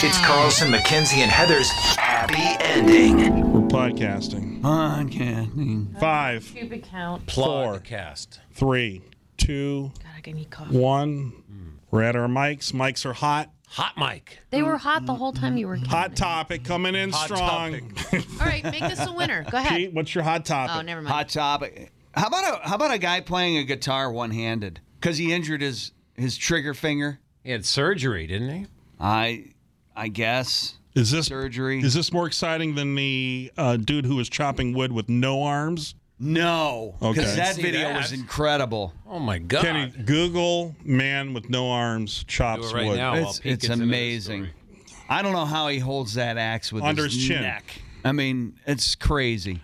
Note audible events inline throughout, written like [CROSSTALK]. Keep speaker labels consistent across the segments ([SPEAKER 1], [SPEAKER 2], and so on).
[SPEAKER 1] It's Carlson, McKenzie, and Heather's happy ending.
[SPEAKER 2] We're podcasting.
[SPEAKER 3] Podcasting.
[SPEAKER 2] Five,
[SPEAKER 4] Stupid count.
[SPEAKER 2] Four.
[SPEAKER 5] Podcast.
[SPEAKER 2] three, two,
[SPEAKER 4] God, I need coffee.
[SPEAKER 2] one. We're at our mics. Mics are hot.
[SPEAKER 5] Hot mic.
[SPEAKER 4] They were hot the whole time you were.
[SPEAKER 2] Hot topic coming in
[SPEAKER 5] Hot
[SPEAKER 2] strong.
[SPEAKER 4] All right, make this a winner. Go ahead.
[SPEAKER 2] Pete, what's your hot topic?
[SPEAKER 4] oh, never mind.
[SPEAKER 3] Hot topic. How about a how about a guy playing a guitar one handed because he injured his his trigger finger?
[SPEAKER 5] He had surgery, didn't he?
[SPEAKER 3] I I guess
[SPEAKER 2] Is this
[SPEAKER 3] surgery.
[SPEAKER 2] is this more exciting than the uh, dude who was chopping wood with no arms?
[SPEAKER 3] no, because
[SPEAKER 2] Okay.
[SPEAKER 3] that
[SPEAKER 5] See
[SPEAKER 3] video
[SPEAKER 5] that?
[SPEAKER 3] was incredible.
[SPEAKER 5] Oh my God.
[SPEAKER 2] Kenny, Google man with no arms
[SPEAKER 5] Do
[SPEAKER 2] chops
[SPEAKER 5] it right
[SPEAKER 2] wood.
[SPEAKER 5] now. while
[SPEAKER 3] It's,
[SPEAKER 5] Pete
[SPEAKER 3] it's
[SPEAKER 5] gets into this
[SPEAKER 3] amazing.
[SPEAKER 5] story.
[SPEAKER 3] I don't know how he holds that axe with
[SPEAKER 2] Under
[SPEAKER 3] his,
[SPEAKER 2] his chin.
[SPEAKER 3] neck. I mean, it's crazy.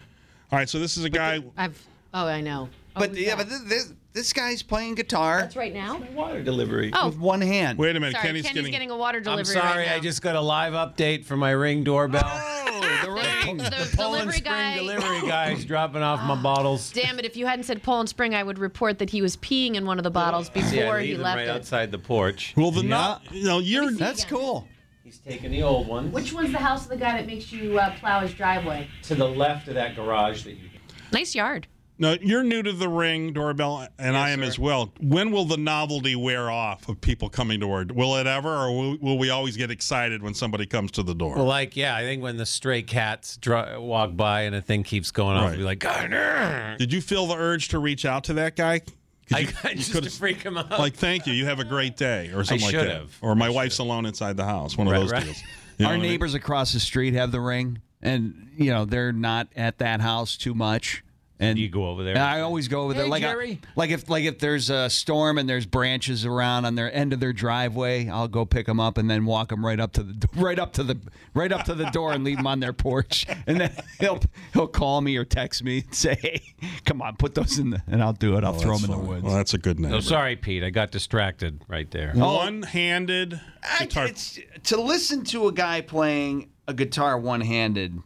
[SPEAKER 2] All right, so this is a guy.
[SPEAKER 4] I've. Oh, I know. Oh,
[SPEAKER 3] But
[SPEAKER 4] we
[SPEAKER 3] yeah,
[SPEAKER 4] got-
[SPEAKER 3] but this this guy's playing guitar
[SPEAKER 4] that's right now.
[SPEAKER 3] with one hand.
[SPEAKER 2] wait a minute,
[SPEAKER 4] Sorry,
[SPEAKER 2] Kenny's,
[SPEAKER 4] Kenny's getting, a water Oh, delivery.
[SPEAKER 5] I'm sorry,
[SPEAKER 4] right now.
[SPEAKER 5] I just got a live update from my ring doorbell.
[SPEAKER 4] [LAUGHS]
[SPEAKER 5] Oh, the ring.
[SPEAKER 4] the
[SPEAKER 5] Poland
[SPEAKER 4] delivery
[SPEAKER 5] Spring
[SPEAKER 4] guy- Oh,
[SPEAKER 5] delivery
[SPEAKER 4] [LAUGHS]
[SPEAKER 5] guy's dropping off my bottles.
[SPEAKER 4] Damn it! If you hadn't said Poland Spring, I would report that he was peeing in one of the bottles
[SPEAKER 5] See, I
[SPEAKER 4] before
[SPEAKER 5] leave
[SPEAKER 4] he
[SPEAKER 5] them
[SPEAKER 4] left
[SPEAKER 5] right
[SPEAKER 4] it.
[SPEAKER 5] outside the porch.
[SPEAKER 2] Well, the not. You know, you're.
[SPEAKER 3] That's cool.
[SPEAKER 5] He's taking the old one
[SPEAKER 4] Which one's the house of the guy that makes you uh, plow his driveway?
[SPEAKER 5] to the left of that garage that you.
[SPEAKER 4] Nice yard.
[SPEAKER 2] No, you're new to the ring doorbell, and I am as well. When will the novelty wear off of people coming to our? Will it ever, or will, will we always get excited when somebody comes to the door?
[SPEAKER 5] Well, like, yeah, I think when the stray cats dr- walk by and a thing keeps going on,
[SPEAKER 2] Right.
[SPEAKER 5] we'll be like, God, [LAUGHS] no."
[SPEAKER 2] Did you feel the urge to reach out to that guy? 'Cause
[SPEAKER 5] I
[SPEAKER 2] you-
[SPEAKER 5] got
[SPEAKER 2] you
[SPEAKER 5] just
[SPEAKER 2] could've-
[SPEAKER 5] to freak him out.
[SPEAKER 2] like, thank you. You have a great day, or something like that.
[SPEAKER 5] should've.
[SPEAKER 2] Or my wife's alone inside the house. One of
[SPEAKER 5] Right,
[SPEAKER 2] those
[SPEAKER 5] right.
[SPEAKER 2] deals.
[SPEAKER 5] [LAUGHS]
[SPEAKER 2] You know
[SPEAKER 3] Our
[SPEAKER 2] what I mean?
[SPEAKER 3] neighbors across the street have the ring, and you know they're not at that house too much. And
[SPEAKER 5] [LAUGHS] you go over there.
[SPEAKER 3] And I always go over there.
[SPEAKER 5] Hey,
[SPEAKER 3] like, I-
[SPEAKER 5] Jerry.
[SPEAKER 3] like if like if there's a storm and there's branches around on their end of their driveway, I'll go pick them up and then walk them right up to the [LAUGHS] right up to the right up to the door and leave them on their porch. [LAUGHS] And then he'll he'll call me or text me and say, "Hey, come on, put those in the." And I'll do it. I'll
[SPEAKER 2] Oh,
[SPEAKER 3] throw
[SPEAKER 2] That's
[SPEAKER 3] 'em throw them in
[SPEAKER 2] funny.
[SPEAKER 3] the woods.
[SPEAKER 2] Well, that's a good neighbor.
[SPEAKER 5] Oh, sorry, Pete. I got distracted right there.
[SPEAKER 2] One-handed
[SPEAKER 3] I-
[SPEAKER 2] guitar.
[SPEAKER 3] it's to listen to a guy playing a guitar one-handed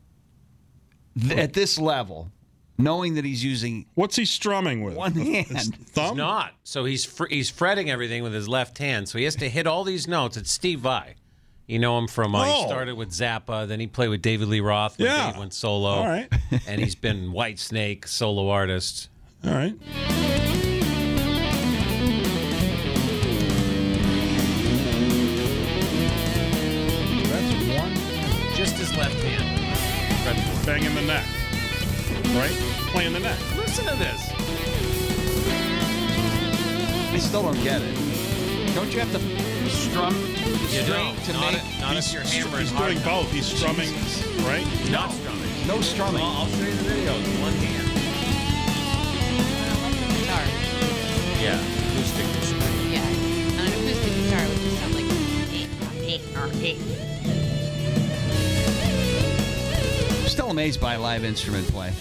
[SPEAKER 3] th- at this level, knowing that he's using
[SPEAKER 2] What's he strumming with?
[SPEAKER 5] [LAUGHS]
[SPEAKER 2] [LAUGHS]
[SPEAKER 3] one hand.
[SPEAKER 2] Thumb.
[SPEAKER 5] He's not. So he's fr- he's fretting everything with his left hand. So he has to hit all these notes. It's Steve Vai. You know him from uh,
[SPEAKER 2] Oh.
[SPEAKER 5] he started with Zappa, then he played with David Lee Roth when
[SPEAKER 2] Yeah.
[SPEAKER 5] Dave went solo.
[SPEAKER 2] All right.
[SPEAKER 5] [LAUGHS] and he's been White Snake solo artist.
[SPEAKER 2] All right.
[SPEAKER 3] That's one.
[SPEAKER 5] Just his left hand. Fretting.
[SPEAKER 2] Banging the neck. Right. Playing the neck.
[SPEAKER 5] Listen to this.
[SPEAKER 3] I still don't get it. Don't you have to strum
[SPEAKER 5] You
[SPEAKER 3] string
[SPEAKER 5] don't.
[SPEAKER 3] to
[SPEAKER 5] not
[SPEAKER 3] make
[SPEAKER 5] if- not if you're hammering
[SPEAKER 2] He's
[SPEAKER 5] hard
[SPEAKER 2] doing
[SPEAKER 5] enough.
[SPEAKER 2] both. He's strumming, right?
[SPEAKER 5] Not strumming.
[SPEAKER 3] no strumming?
[SPEAKER 5] Uh, I'll show you the video. It's one hand.
[SPEAKER 4] Guitar.
[SPEAKER 5] Yeah. Acoustic guitar.
[SPEAKER 4] Yeah. On an acoustic guitar, it would just sound like.
[SPEAKER 3] Still amazed by live instrument play.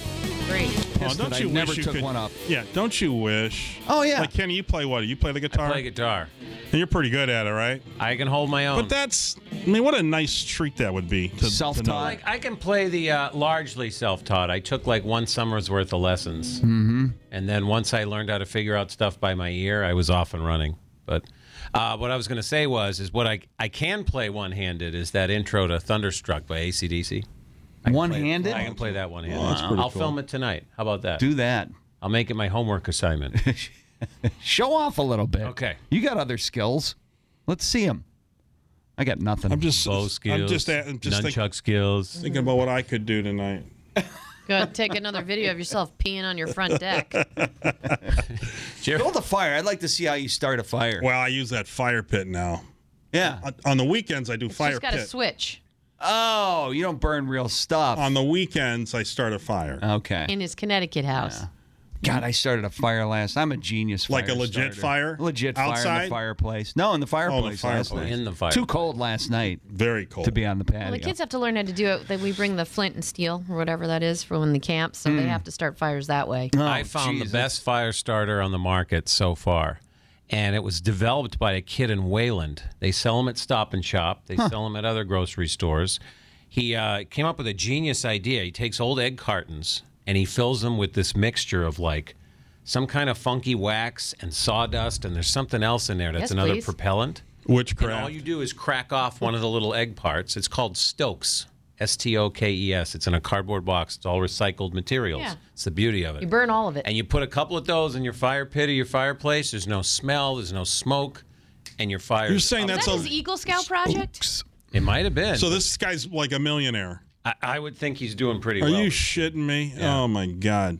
[SPEAKER 4] Great.
[SPEAKER 2] Oh,
[SPEAKER 3] Pissed that I never took one up.
[SPEAKER 2] Yeah, don't you wish?
[SPEAKER 3] Oh, yeah.
[SPEAKER 2] Like Kenny, you play what? You play the guitar,
[SPEAKER 5] I play Oh. guitar.
[SPEAKER 2] and you're pretty good at it, right?
[SPEAKER 5] I can hold my own.
[SPEAKER 2] But that's, I mean, what a nice treat that would be. To, to know.
[SPEAKER 3] Self-taught.
[SPEAKER 5] Like I can play the uh, largely self-taught. I took like one summer's worth of lessons, mm-hmm. and then once I learned how to figure out stuff by my ear, I was off and running. But uh, what I was going to say was, is what I I can play one-handed is that intro to Thunderstruck by ACDC.
[SPEAKER 3] One-handed.
[SPEAKER 5] I can play that one-handed.
[SPEAKER 2] Wow, that's pretty
[SPEAKER 5] I'll
[SPEAKER 2] cool.
[SPEAKER 5] film it tonight. How about that?
[SPEAKER 3] Do that.
[SPEAKER 5] I'll make it my homework assignment.
[SPEAKER 2] [LAUGHS]
[SPEAKER 3] Show off a little bit.
[SPEAKER 5] Okay.
[SPEAKER 3] You got other skills. Let's see them. I got nothing.
[SPEAKER 2] I'm just,
[SPEAKER 5] Bow skills,
[SPEAKER 2] I'm just, at- I'm just
[SPEAKER 5] nunchuck
[SPEAKER 2] think,
[SPEAKER 5] skills.
[SPEAKER 2] thinking about what I could do tonight.
[SPEAKER 4] Go take another video of yourself peeing on your front
[SPEAKER 2] [LAUGHS]
[SPEAKER 4] deck.
[SPEAKER 3] build a fire. I'd like to see how you start a fire.
[SPEAKER 2] Well, I use that fire pit now.
[SPEAKER 3] Yeah.
[SPEAKER 2] On- On the weekends, I do fire
[SPEAKER 4] Just got to
[SPEAKER 2] pit.
[SPEAKER 4] switch
[SPEAKER 3] Oh, you don't burn real stuff.
[SPEAKER 5] Uh,
[SPEAKER 2] On the weekends, I start a fire.
[SPEAKER 6] [LAUGHS]
[SPEAKER 3] okay.
[SPEAKER 4] in his Connecticut house.
[SPEAKER 3] God, I started a fire last. I'm a genius.
[SPEAKER 2] Like a
[SPEAKER 3] fire
[SPEAKER 2] legit
[SPEAKER 3] starter.
[SPEAKER 2] fire?
[SPEAKER 3] Legit fire in
[SPEAKER 2] Outside?
[SPEAKER 3] the fireplace. No, in the fireplace. last
[SPEAKER 2] fireplace.
[SPEAKER 3] night.
[SPEAKER 5] In the fire.
[SPEAKER 3] Too cold last night
[SPEAKER 2] Very cold.
[SPEAKER 3] to be on the patio.
[SPEAKER 6] Well, the kids have to learn how to do it. That we bring the flint and steel or whatever that is for when they camp, so they have to start fires that way.
[SPEAKER 5] I found the best fire starter on the market so far. And it was developed by a kid in Wayland. They sell them at Stop and Shop, they sell them at other grocery stores. He uh, came up with a genius idea. He takes old egg cartons and he fills them with this mixture of like some kind of funky wax and sawdust, and there's something else in there that's
[SPEAKER 6] Yes,
[SPEAKER 5] another
[SPEAKER 6] please.
[SPEAKER 5] propellant. And all
[SPEAKER 2] Witchcraft.
[SPEAKER 5] you do is crack off one of the little egg parts. It's called Stokes, S T O K E S. It's in a cardboard box. It's all recycled materials.
[SPEAKER 6] Yeah.
[SPEAKER 5] It's the beauty of it.
[SPEAKER 6] You burn all of it.
[SPEAKER 5] And you put a couple of those in your fire pit or your fireplace. There's no smell. There's no smoke, and your fire.
[SPEAKER 2] You're saying
[SPEAKER 6] Is
[SPEAKER 2] that's
[SPEAKER 6] that
[SPEAKER 2] a.
[SPEAKER 6] his Eagle Scout project?
[SPEAKER 5] it might have been.
[SPEAKER 2] So this guy's like a millionaire.
[SPEAKER 5] I, I would think he's doing pretty
[SPEAKER 2] Are
[SPEAKER 5] well.
[SPEAKER 2] you shitting me? Oh my god.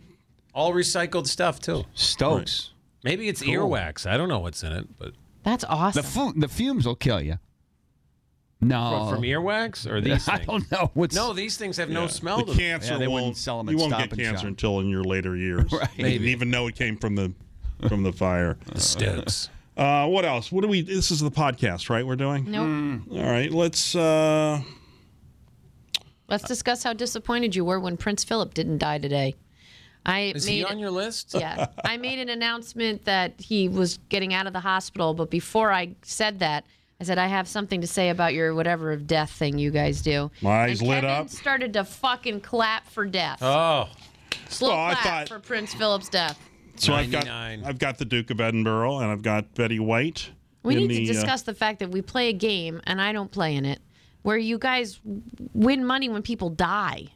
[SPEAKER 5] all recycled stuff too.
[SPEAKER 3] Stokes.
[SPEAKER 5] Maybe it's earwax. I don't know what's in it, but
[SPEAKER 6] That's awesome.
[SPEAKER 3] The fu- the fumes will kill you. No, [LAUGHS]
[SPEAKER 5] from earwax or these
[SPEAKER 3] Oh. I
[SPEAKER 5] things.
[SPEAKER 3] don't know what's
[SPEAKER 5] No, these things have no smell.
[SPEAKER 2] The
[SPEAKER 5] to them.
[SPEAKER 2] cancer
[SPEAKER 3] Yeah, they
[SPEAKER 2] won't.
[SPEAKER 3] wouldn't sell 'em at
[SPEAKER 2] you won't
[SPEAKER 3] Stop
[SPEAKER 2] get
[SPEAKER 3] and
[SPEAKER 2] cancer
[SPEAKER 3] Shop.
[SPEAKER 2] until in your later years.
[SPEAKER 3] [LAUGHS] Right.
[SPEAKER 2] You didn't even know it came from the from the fire.
[SPEAKER 5] The Stokes.
[SPEAKER 2] Uh, what else? What do we? This is the podcast, right? We're doing.
[SPEAKER 6] Nope.
[SPEAKER 2] All right. Let's. Uh,
[SPEAKER 6] Let's discuss how disappointed you were when Prince Philip didn't die today. I
[SPEAKER 5] Is
[SPEAKER 6] made
[SPEAKER 5] he on your
[SPEAKER 6] [LAUGHS]
[SPEAKER 5] list?
[SPEAKER 6] yeah, I made an announcement that he was getting out of the hospital, but before I said that, I said I have something to say about your whatever of death thing you guys do.
[SPEAKER 2] My eyes
[SPEAKER 6] And
[SPEAKER 2] lit
[SPEAKER 6] Kevin
[SPEAKER 2] up.
[SPEAKER 6] Started to fucking clap for death.
[SPEAKER 5] Oh,
[SPEAKER 6] Slow
[SPEAKER 2] Oh, I
[SPEAKER 6] clap
[SPEAKER 2] thought-
[SPEAKER 6] for Prince Philip's death.
[SPEAKER 2] so I've got.
[SPEAKER 5] 99.
[SPEAKER 2] I've got the Duke of Edinburgh, and I've got Betty White.
[SPEAKER 6] We
[SPEAKER 2] in
[SPEAKER 6] need
[SPEAKER 2] the,
[SPEAKER 6] to
[SPEAKER 2] uh,
[SPEAKER 6] discuss the fact that we play a game, and I don't play in it, where you guys win money when people die.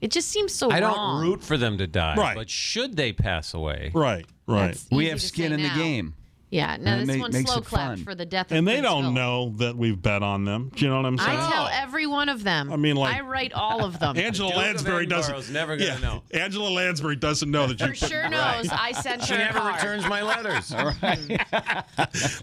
[SPEAKER 6] It just seems so
[SPEAKER 5] I
[SPEAKER 6] wrong.
[SPEAKER 5] don't root for them to die.
[SPEAKER 2] Right.
[SPEAKER 5] But should they pass away?
[SPEAKER 2] right. Right.
[SPEAKER 6] That's
[SPEAKER 3] We
[SPEAKER 6] easy
[SPEAKER 3] have
[SPEAKER 6] to
[SPEAKER 3] skin
[SPEAKER 6] say
[SPEAKER 3] in
[SPEAKER 6] now.
[SPEAKER 3] the game.
[SPEAKER 6] Yeah, no,
[SPEAKER 3] And it
[SPEAKER 6] this
[SPEAKER 3] ma-
[SPEAKER 6] one
[SPEAKER 3] makes
[SPEAKER 6] slow
[SPEAKER 3] it
[SPEAKER 6] clapped
[SPEAKER 3] fun.
[SPEAKER 6] for the death of
[SPEAKER 2] and they
[SPEAKER 6] Prince
[SPEAKER 2] don't
[SPEAKER 6] Philip.
[SPEAKER 2] know that we've bet on them. Do you know what I'm saying?
[SPEAKER 3] Oh.
[SPEAKER 6] I tell every one of them. I
[SPEAKER 2] mean, like-
[SPEAKER 6] I write all of
[SPEAKER 2] [LAUGHS]
[SPEAKER 6] them.
[SPEAKER 2] Angela
[SPEAKER 5] Duke of
[SPEAKER 2] Lansbury
[SPEAKER 5] Edinburgh's
[SPEAKER 2] doesn't.
[SPEAKER 5] never gonna know.
[SPEAKER 2] Angela Lansbury doesn't know that you
[SPEAKER 6] For sure knows I sent
[SPEAKER 5] She
[SPEAKER 6] her. a
[SPEAKER 5] never
[SPEAKER 6] card.
[SPEAKER 5] returns
[SPEAKER 2] [LAUGHS]
[SPEAKER 5] my letters.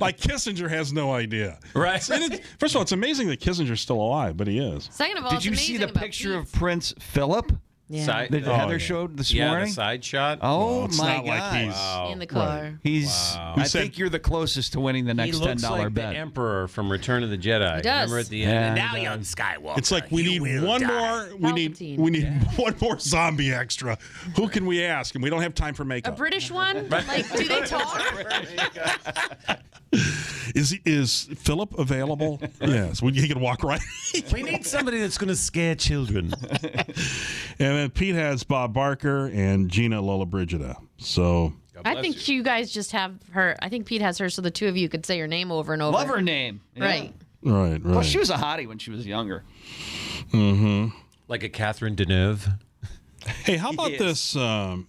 [SPEAKER 2] Like Kissinger has no idea.
[SPEAKER 5] Right.
[SPEAKER 2] And it, first of all, it's amazing that Kissinger's still alive, but he is.
[SPEAKER 6] Second of all,
[SPEAKER 3] Did
[SPEAKER 6] it's
[SPEAKER 3] you see
[SPEAKER 6] amazing
[SPEAKER 3] the
[SPEAKER 6] about
[SPEAKER 3] picture
[SPEAKER 6] Pete's-
[SPEAKER 3] of Prince Philip
[SPEAKER 6] Yeah.
[SPEAKER 5] Side-
[SPEAKER 3] that
[SPEAKER 5] oh,
[SPEAKER 3] Heather
[SPEAKER 2] yeah.
[SPEAKER 3] showed this
[SPEAKER 5] yeah,
[SPEAKER 3] morning?
[SPEAKER 5] the side shot.
[SPEAKER 3] oh
[SPEAKER 2] It's
[SPEAKER 3] my
[SPEAKER 2] not
[SPEAKER 3] God!
[SPEAKER 2] like he's.
[SPEAKER 3] Oh.
[SPEAKER 6] in the car?
[SPEAKER 3] He's. I
[SPEAKER 2] He said-
[SPEAKER 3] think you're the closest to winning the
[SPEAKER 5] he
[SPEAKER 3] next ten
[SPEAKER 5] looks
[SPEAKER 3] dollar
[SPEAKER 5] like
[SPEAKER 3] bet.
[SPEAKER 5] [LAUGHS] the Emperor from Return of the Jedi.
[SPEAKER 6] He does.
[SPEAKER 5] Remember at the end?
[SPEAKER 3] Yeah,
[SPEAKER 5] And
[SPEAKER 3] he
[SPEAKER 5] now, young [LAUGHS] Skywalker.
[SPEAKER 2] It's like we need one more. We need
[SPEAKER 6] Palpatine.
[SPEAKER 2] we need [LAUGHS] one more zombie extra. Who can we ask? And we don't have time for
[SPEAKER 6] A
[SPEAKER 2] makeup.
[SPEAKER 6] British one? Like, do they
[SPEAKER 3] [LAUGHS]
[SPEAKER 6] talk?
[SPEAKER 2] is is Philip [LAUGHS] available? yes, we, he can walk right. [LAUGHS]
[SPEAKER 5] We need somebody that's going to scare children.
[SPEAKER 2] and then Pete has Bob Barker and Gina Lollobrigida. So
[SPEAKER 6] I think you guys just have her. I think Pete has her, so the two of you could say your name over and over.
[SPEAKER 3] Love her name. Yeah.
[SPEAKER 6] Right.
[SPEAKER 2] right, right.
[SPEAKER 5] Mm.
[SPEAKER 3] Well, she was a hottie when she was younger.
[SPEAKER 5] [LAUGHS] like a Catherine Deneuve.
[SPEAKER 2] Hey, how about this um,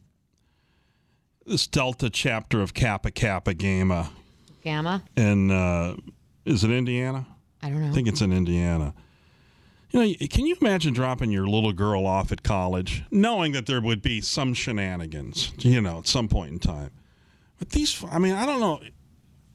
[SPEAKER 2] this Delta chapter of Kappa Kappa Gamma
[SPEAKER 6] Gamma.
[SPEAKER 2] in uh, is it Indiana?
[SPEAKER 6] I don't
[SPEAKER 2] I
[SPEAKER 6] know.
[SPEAKER 2] think it's in Indiana. You know, can you imagine dropping your little girl off at college, knowing that there would be some shenanigans, you know, at some point in time? But these, I mean, I don't know.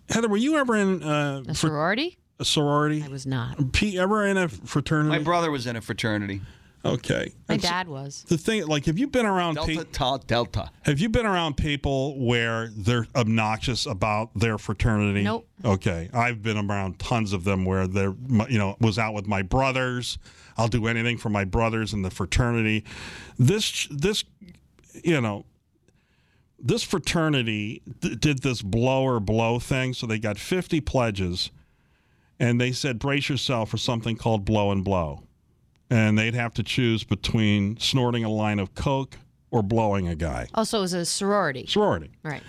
[SPEAKER 2] Heather, were you ever in uh,
[SPEAKER 6] A
[SPEAKER 2] fr-
[SPEAKER 6] sorority?
[SPEAKER 2] a sorority?
[SPEAKER 6] I was not.
[SPEAKER 2] Pete, ever in a
[SPEAKER 3] My
[SPEAKER 2] fraternity?
[SPEAKER 3] brother was in a fraternity.
[SPEAKER 2] okay.
[SPEAKER 6] My
[SPEAKER 2] That's-
[SPEAKER 6] dad was.
[SPEAKER 2] The thing, like, have you been around
[SPEAKER 3] Delta
[SPEAKER 2] people?
[SPEAKER 3] Tau Delta.
[SPEAKER 2] Have you been around people where they're obnoxious about their fraternity?
[SPEAKER 6] Nope.
[SPEAKER 2] Okay, I've been around tons of them where they're, my- you know, was out with my brothers. I'll do anything for my brothers in the fraternity. This, this, you know, this fraternity d- did this blow or blow thing. So they got 50 pledges and they said, brace yourself for something called blow and blow. And they'd have to choose between snorting a line of coke or blowing a guy.
[SPEAKER 6] Also, it was a sorority.
[SPEAKER 2] Sorority.
[SPEAKER 6] Right.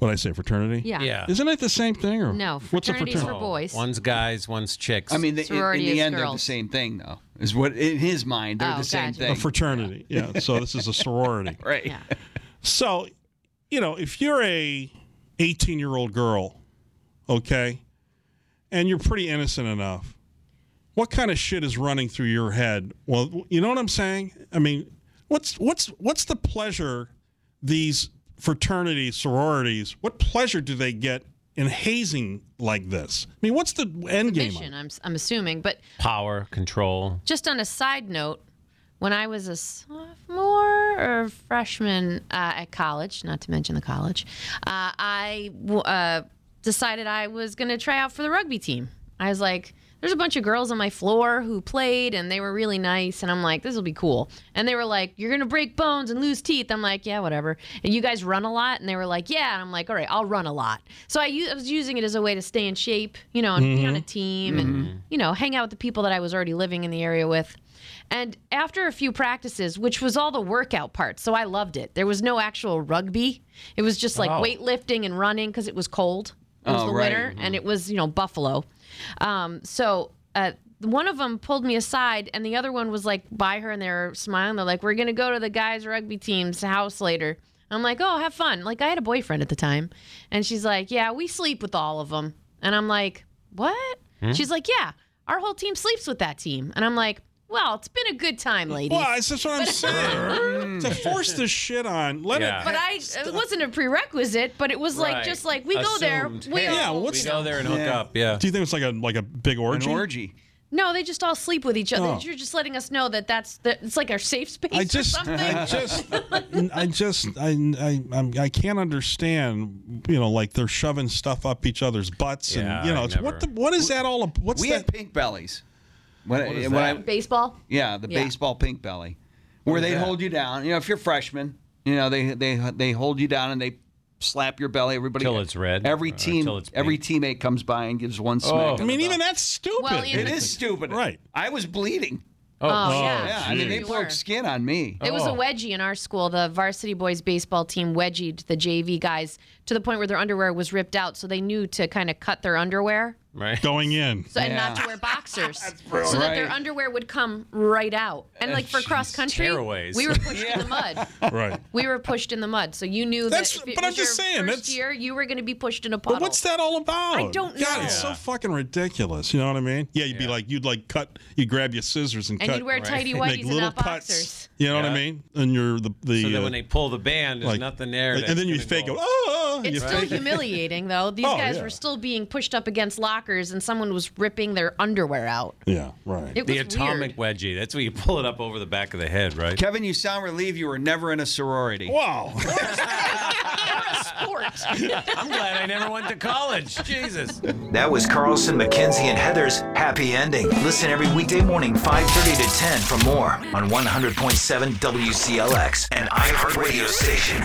[SPEAKER 2] What I say, fraternity?
[SPEAKER 6] Yeah.
[SPEAKER 5] Yeah.
[SPEAKER 2] Isn't it the same thing? Or
[SPEAKER 6] No,
[SPEAKER 2] What's a
[SPEAKER 6] fraternities
[SPEAKER 2] fraternity?
[SPEAKER 6] For boys.
[SPEAKER 5] One's guys, one's chicks.
[SPEAKER 3] I mean, the, in, in
[SPEAKER 6] Sorority
[SPEAKER 3] the
[SPEAKER 6] is
[SPEAKER 3] end, they're the
[SPEAKER 6] girls.
[SPEAKER 3] same thing, though. Is what in his mind they're
[SPEAKER 6] Oh,
[SPEAKER 3] the same
[SPEAKER 6] gotcha.
[SPEAKER 3] thing.
[SPEAKER 2] a fraternity. Yeah. So this
[SPEAKER 6] [LAUGHS]
[SPEAKER 2] is a sorority.
[SPEAKER 3] right.
[SPEAKER 6] Yeah.
[SPEAKER 2] So, you know, if you're a 18 year old girl, okay, and you're pretty innocent enough, what kind of shit is running through your head? Well, you know what I'm saying? I mean, what's what's what's the pleasure these fraternities, sororities, what pleasure do they get in hazing like this? I mean, what's the end game? of it?
[SPEAKER 6] Mission, I'm, I'm assuming. But
[SPEAKER 5] power, control.
[SPEAKER 6] just on a side note, when I was a sophomore or freshman uh, at college, not to mention the college, uh, I w- uh, decided I was going to try out for the rugby team. I was like, there's a bunch of girls on my floor who played and they were really nice. And I'm like, this will be cool. And they were like, you're going to break bones and lose teeth. I'm like, yeah, whatever. And you guys run a lot. And they were like, yeah. And I'm like, all right, I'll run a lot. So I, u- I was using it as a way to stay in shape, you know, and be
[SPEAKER 3] Mm-hmm.
[SPEAKER 6] on a team and, you know, hang out with the people that I was already living in the area with. And after a few practices, which was all the workout part, so I loved it. There was no actual rugby. It was just like
[SPEAKER 5] Oh.
[SPEAKER 6] weightlifting and running because it was cold. It was
[SPEAKER 3] Oh,
[SPEAKER 6] the
[SPEAKER 3] right.
[SPEAKER 6] winter, and it was you know Buffalo. Um, so uh, one of them pulled me aside, and the other one was like by her, and they were smiling. They're like, "We're gonna go to the guys' rugby team's house later." I'm like, "Oh, have fun!" Like I had a boyfriend at the time, and she's like, "Yeah, we sleep with all of them," and I'm like, "What?"
[SPEAKER 2] Hmm?
[SPEAKER 6] She's like, "Yeah, our whole team sleeps with that team," and I'm like, "Well, it's been a good time, ladies."
[SPEAKER 2] Well, that's just what
[SPEAKER 6] [LAUGHS]
[SPEAKER 2] I'm saying.
[SPEAKER 3] Mm.
[SPEAKER 2] to force this shit on, let
[SPEAKER 5] Yeah.
[SPEAKER 2] it.
[SPEAKER 6] but I it wasn't a prerequisite, but it was like
[SPEAKER 5] Right.
[SPEAKER 6] just like we go there,
[SPEAKER 5] Assumed.
[SPEAKER 6] we
[SPEAKER 5] Hey,
[SPEAKER 6] all
[SPEAKER 2] Yeah,
[SPEAKER 5] we
[SPEAKER 2] what's-
[SPEAKER 5] go there and hook
[SPEAKER 3] Yeah.
[SPEAKER 5] up. Yeah.
[SPEAKER 2] do you think it's like a like a big
[SPEAKER 3] An
[SPEAKER 2] orgy?
[SPEAKER 3] orgy.
[SPEAKER 6] No, they just all sleep with each other.
[SPEAKER 2] Oh.
[SPEAKER 6] You're just letting us know that that's the, it's like our safe space
[SPEAKER 2] I
[SPEAKER 6] or
[SPEAKER 2] just,
[SPEAKER 6] something.
[SPEAKER 2] [LAUGHS] I
[SPEAKER 6] [LAUGHS]
[SPEAKER 2] just, I just, I, I, I'm- I can't understand. You know, like they're shoving stuff up each other's butts,
[SPEAKER 5] Yeah,
[SPEAKER 2] and you know,
[SPEAKER 5] I
[SPEAKER 2] it's, what the,
[SPEAKER 5] never-
[SPEAKER 2] what is that all? ab- What's
[SPEAKER 3] we
[SPEAKER 2] that?
[SPEAKER 3] had pink bellies. When, I-
[SPEAKER 5] is
[SPEAKER 3] when I-
[SPEAKER 6] Baseball.
[SPEAKER 3] yeah, the
[SPEAKER 6] Yeah.
[SPEAKER 3] baseball pink belly, where they
[SPEAKER 5] that?
[SPEAKER 3] hold you down. You know, if you're freshman, you know they they they hold you down and they slap your belly. Everybody
[SPEAKER 5] Till it's red,
[SPEAKER 3] Every
[SPEAKER 5] or
[SPEAKER 3] team,
[SPEAKER 5] till it's
[SPEAKER 3] every
[SPEAKER 5] pink.
[SPEAKER 3] teammate comes by and gives one smack.
[SPEAKER 5] Oh.
[SPEAKER 3] on
[SPEAKER 2] I mean,
[SPEAKER 3] the
[SPEAKER 2] even
[SPEAKER 3] belly.
[SPEAKER 2] that's stupid.
[SPEAKER 6] Well, in
[SPEAKER 3] it is stupid.
[SPEAKER 2] Right.
[SPEAKER 3] I was bleeding.
[SPEAKER 5] Oh,
[SPEAKER 6] Oh, yeah.
[SPEAKER 3] Yeah, I mean they
[SPEAKER 6] You
[SPEAKER 3] broke
[SPEAKER 6] were.
[SPEAKER 3] skin on me.
[SPEAKER 6] It was
[SPEAKER 2] Oh.
[SPEAKER 6] a wedgie in our school. The varsity boys baseball team wedgied the JV guys to the point where their underwear was ripped out, so they knew to kind of cut their underwear
[SPEAKER 5] right.
[SPEAKER 2] Going in.
[SPEAKER 6] [LAUGHS] so, and not
[SPEAKER 3] Yeah.
[SPEAKER 6] to
[SPEAKER 2] [LAUGHS]
[SPEAKER 6] wear boxers, so that their
[SPEAKER 3] Right.
[SPEAKER 6] underwear would come right out. And like for cross country,
[SPEAKER 5] tearaways.
[SPEAKER 6] we
[SPEAKER 2] [LAUGHS]
[SPEAKER 6] were pushed in the mud.
[SPEAKER 2] Right.
[SPEAKER 6] We were pushed in the mud, so you knew
[SPEAKER 2] That's-
[SPEAKER 6] that. If it
[SPEAKER 2] but I'm
[SPEAKER 6] was
[SPEAKER 2] just
[SPEAKER 6] your
[SPEAKER 2] saying,
[SPEAKER 6] first
[SPEAKER 2] that's-
[SPEAKER 6] year you were going to be pushed in a puddle.
[SPEAKER 2] But what's that all about?
[SPEAKER 6] I don't
[SPEAKER 2] God,
[SPEAKER 6] know.
[SPEAKER 2] it's so
[SPEAKER 5] Yeah.
[SPEAKER 2] fucking ridiculous. You know what I mean? Yeah, you'd be
[SPEAKER 5] Yeah.
[SPEAKER 2] like, you'd like cut, you grab your scissors and,
[SPEAKER 6] And
[SPEAKER 2] cut,
[SPEAKER 6] you'd wear
[SPEAKER 2] [LAUGHS]
[SPEAKER 6] tighty
[SPEAKER 2] make
[SPEAKER 6] whities and
[SPEAKER 2] little
[SPEAKER 6] not
[SPEAKER 2] cuts.
[SPEAKER 6] boxers.
[SPEAKER 2] You know what I
[SPEAKER 5] Yeah.
[SPEAKER 2] mean? And you're the the.
[SPEAKER 5] So
[SPEAKER 2] uh,
[SPEAKER 5] then when they pull the band, there's
[SPEAKER 2] like-
[SPEAKER 5] nothing there.
[SPEAKER 2] like-
[SPEAKER 5] that's
[SPEAKER 2] and then you
[SPEAKER 5] gonna
[SPEAKER 2] fake
[SPEAKER 5] go-
[SPEAKER 2] go, oh,
[SPEAKER 6] It's
[SPEAKER 2] you
[SPEAKER 6] still
[SPEAKER 2] fake it.
[SPEAKER 6] humiliating, though. These
[SPEAKER 2] Oh,
[SPEAKER 6] guys
[SPEAKER 2] yeah.
[SPEAKER 6] were still being pushed up against lockers, and someone was ripping their underwear out.
[SPEAKER 2] Yeah, right.
[SPEAKER 6] It
[SPEAKER 5] The
[SPEAKER 6] was
[SPEAKER 5] atomic
[SPEAKER 6] weird.
[SPEAKER 5] wedgie. That's where you pull it up over the back of the head, right?
[SPEAKER 3] Kevin, you sound relieved you were never in a sorority.
[SPEAKER 2] wow.
[SPEAKER 6] Or a sport.
[SPEAKER 5] I'm glad I never went to college.
[SPEAKER 6] [LAUGHS]
[SPEAKER 5] Jesus.
[SPEAKER 1] That was Carlson, McKenzie, and Heather's Happy Ending. Listen every weekday morning, 5.30 to 10 for more on 100.7 WCLX and iHeartRadio station.